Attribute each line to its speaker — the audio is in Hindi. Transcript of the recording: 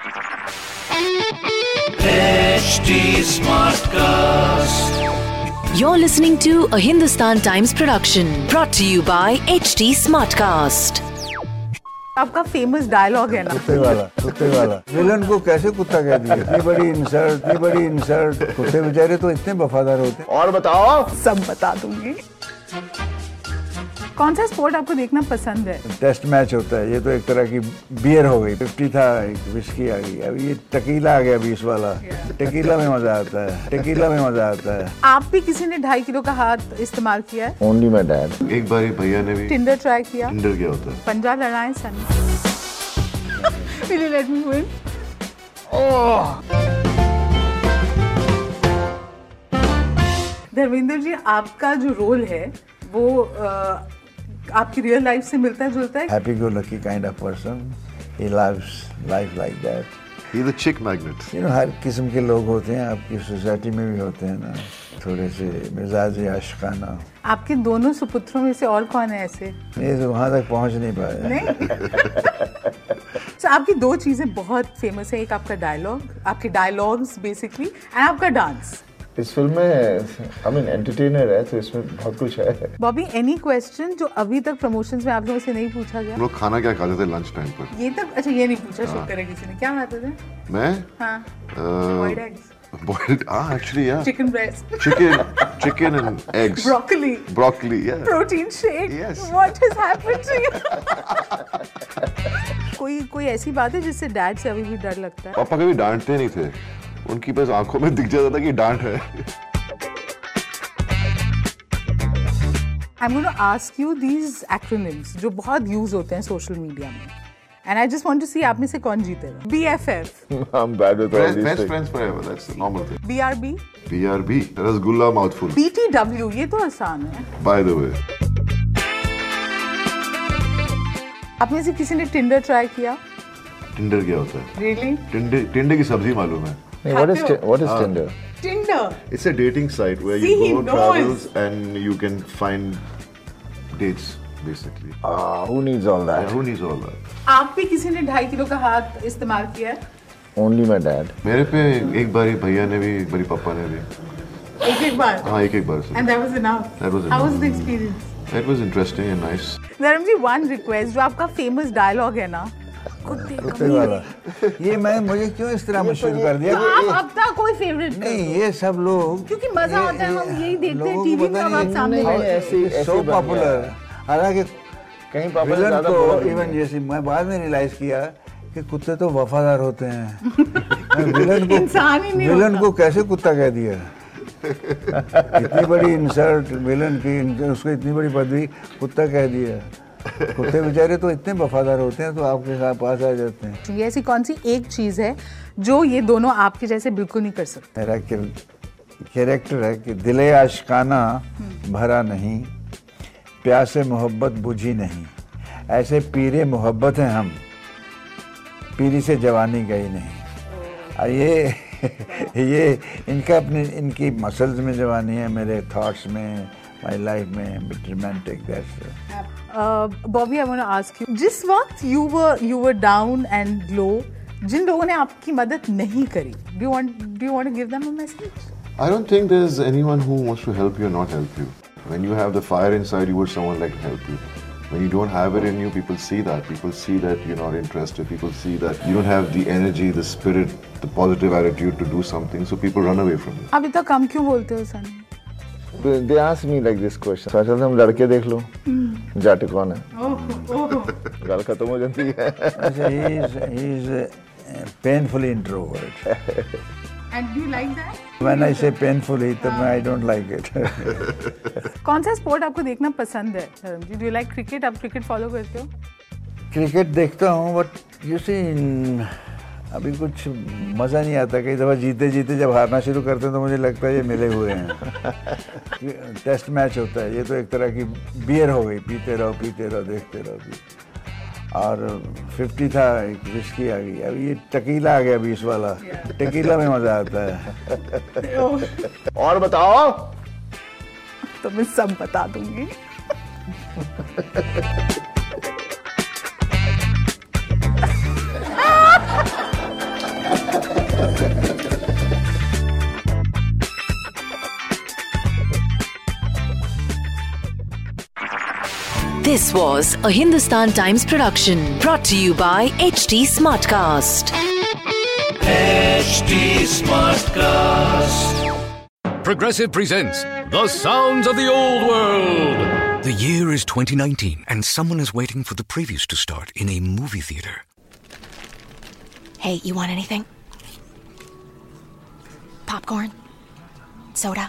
Speaker 1: HD Smartcast.
Speaker 2: You're listening to a Hindustan Times production brought to you by HT Smartcast.
Speaker 3: आपका फेमस डायलॉग है ना
Speaker 4: कुत्ते वाला कुत्ते वाला विलन को कैसे कुत्ता कह दिया इतनी बड़ी इंसल्ट इतनी बड़ी इंसल्ट कुत्ते बेचारे तो इतने वफादार होते
Speaker 1: और बताओ
Speaker 3: सब बता दूंगी कौन सा स्पोर्ट आपको देखना पसंद है
Speaker 4: टेस्ट मैच होता है ये तो एक तरह की बियर हो गई फिफ्टी था एक विस्की आ गई अब ये टकीला आ गया बीस वाला टकीला में मजा आता है टकीला में मजा आता है
Speaker 3: आप भी किसी ने ढाई किलो का हाथ इस्तेमाल किया है
Speaker 5: ओनली माई डैड
Speaker 6: एक बार भैया ने भी
Speaker 3: टिंडर ट्राई किया
Speaker 6: टिंडर किया होता है
Speaker 3: पंजा लड़ाए सन Will you let me win? Dharmendra ji आपका जो रोल है वो अ, आपकी रियल लाइफ से मिलता जुलता है
Speaker 4: happy go lucky kind of person ही लाइव्स लाइफ लाइक दैट
Speaker 6: ये the chick magnet
Speaker 4: you know हर किस्म के लोग होते हैं आपकी सोसाइटी में भी होते हैं ना थोड़े से मिजाज आशकाना
Speaker 3: आपके दोनों सुपुत्रों में से और कौन है ऐसे
Speaker 4: ये तो वहाँ तक पहुँच नहीं पाए
Speaker 3: सो आपकी दो चीज़ें बहुत फेमस है एक आपका डायलॉग आपके डायलॉग्स बेसिकली एंड आपका डांस
Speaker 5: इस फिल्म में आई मीन एंटरटेनर है तो इसमें बहुत कुछ है
Speaker 3: बॉबी एनी क्वेश्चन जो अभी तक प्रमोशंस में आप लोगों से नहीं पूछा गया
Speaker 6: हम लोग खाना क्या खाते थे लंच टाइम पर
Speaker 3: ये तक अच्छा ये नहीं पूछा शूट करे किसी ने क्या खाते थे
Speaker 6: मैं
Speaker 3: हाँ एग्स
Speaker 6: बॉइल्ड हाँ एक्चुअली या
Speaker 3: chicken breast
Speaker 6: chicken chicken and eggs
Speaker 3: broccoli
Speaker 6: broccoli या
Speaker 3: protein shake
Speaker 6: Yes.
Speaker 3: What has happened to you कोई कोई ऐसी बात है जिससे डैड से अभी भी डर लगता है
Speaker 6: पापा कभी डांटते नहीं थे उनकी बस आंखों में दिख जाता था कि डांट है
Speaker 3: I'm going to ask you these acronyms जो बहुत यूज होते हैं सोशल मीडिया में and I just want to see आप में से कौन जीतेगा B F F
Speaker 5: I am bad with all
Speaker 6: best
Speaker 5: these
Speaker 6: best
Speaker 5: things
Speaker 6: friends forever that's the normal thing
Speaker 3: B R B
Speaker 6: BRB rasgulla mouthful
Speaker 3: B T W ये तो आसान है
Speaker 6: बाय द वे
Speaker 3: आप में से किसी ने टिंडर ट्राई किया
Speaker 6: टिंडर क्या होता है
Speaker 3: रियली
Speaker 6: टिंडे टिंडे की सब्जी मालूम है
Speaker 5: नहीं what is what is Tinder
Speaker 3: Tinder
Speaker 6: it's a dating site where
Speaker 3: See,
Speaker 6: you
Speaker 3: he
Speaker 6: go
Speaker 3: knows.
Speaker 6: Travels and you can find dates basically
Speaker 5: who needs all that
Speaker 6: who needs all that
Speaker 3: आप भी किसी ने ढाई किलो का हाथ इस्तेमाल किया है
Speaker 5: ओनली माई डैड
Speaker 6: मेरे पे एक बार ही भैया ने भी मेरे पापा ने भी
Speaker 3: एक एक बार
Speaker 6: हाँ एक एक बार से
Speaker 3: and that was enough
Speaker 6: That was
Speaker 3: how
Speaker 6: enough.
Speaker 3: Was the experience
Speaker 6: That was interesting and nice.
Speaker 3: Dharam ji one request जो आपका फेमस डायलॉग है ना
Speaker 4: कुत्ते वाला ये मैं मुझे क्यों इस
Speaker 3: तो
Speaker 4: तरह मशहूर कर दिया
Speaker 3: आप अपना कोई फेवरेट
Speaker 4: नहीं ये सब लोग
Speaker 3: क्योंकि मजा
Speaker 4: ये-
Speaker 3: आता है, हम
Speaker 4: ये-
Speaker 3: यही देखते हैं,
Speaker 4: लोगों
Speaker 3: टीवी
Speaker 4: को
Speaker 3: में
Speaker 4: पता
Speaker 3: हम आप
Speaker 4: नहीं-
Speaker 3: सामने
Speaker 4: नहीं,
Speaker 3: बैठे हैं।
Speaker 4: ऐसे-
Speaker 5: ऐसे
Speaker 4: सो
Speaker 5: ही बन
Speaker 4: पॉपुलर
Speaker 5: गया।
Speaker 4: हालांकि
Speaker 5: कहीं पापा ने
Speaker 4: विलन
Speaker 5: ज्यादा
Speaker 4: को
Speaker 5: बोला नहीं
Speaker 4: इवन
Speaker 5: है।
Speaker 4: जैसे मैं बाद में रियलाइज किया कि कुत्ते तो वफादार होते हैं मैं विलन को
Speaker 3: इंसान ही नहीं
Speaker 4: विलन
Speaker 3: होता।
Speaker 4: को कैसे कुत्ता कह दिया इतनी बड़ी इंसल्ट विलन की इन- उसको इतनी बड़ी पदवी कुत्ता कह दिया कुत्ते बेचारे तो इतने वफादार होते हैं तो आपके साथ पास आ जाते हैं
Speaker 3: ये ऐसी कौन सी एक चीज है जो ये दोनों आपके जैसे बिल्कुल नहीं कर सकते
Speaker 4: मेरा कैरेक्टर है कि दिले आशकाना भरा नहीं प्यासे मोहब्बत बुझी नहीं ऐसे पीरे मोहब्बत हैं हम पीरी से जवानी गई नहीं और ये ये इनका अपने इनकी मसल्स में जवानी है मेरे थॉट्स में माय लाइफ में romantic that's
Speaker 3: Bobby I want to ask you जिस वक्त you were you were down and low जिन लोगों ने आपकी मदद नहीं करी do you want do you want to give them a message
Speaker 6: I don't think there's anyone who wants to help you or not help you. When you have the fire inside you, would someone like to help you? When you don't have it in you, people see that. People see that you're not interested. People see that you don't have the energy, the spirit, the positive attitude to do something. So people run away from you.
Speaker 3: आप इतना कम क्यों बोलते हो सन
Speaker 5: they ask me like this question सोचा था तो हम लड़के देख लो जाट कौन है गल खत्म हो जाती है
Speaker 4: he is he is painfully introvert
Speaker 3: and you like that
Speaker 4: when I say painfully तब मैं आई डोंट लाइक इट
Speaker 3: कौन सा स्पोर्ट आपको देखना पसंद है Dharam ji do you like cricket आप क्रिकेट फॉलो करते हो
Speaker 4: क्रिकेट देखता हूँ बट यू सी अभी कुछ मज़ा नहीं आता कई दफ़ा जीते जीते जब हारना शुरू करते हैं तो मुझे लगता है ये मिले हुए हैं टेस्ट मैच होता है ये तो एक तरह की बियर हो गई पीते रहो पीते रहो देखते रहो पीते और 50 था एक विस्की आ गई अब ये टकीला आ गया बीस वाला टकीला में मज़ा आता है
Speaker 5: और बताओ
Speaker 3: तो मैं सब बता दूंगी
Speaker 2: This was a Hindustan Times production brought to you by HT Smartcast.
Speaker 1: HD Smartcast.
Speaker 7: Progressive presents The Sounds of the Old World. The year is 2019, and someone is waiting for the previews to start in a movie theater.
Speaker 8: Hey, you want anything? Popcorn? Soda?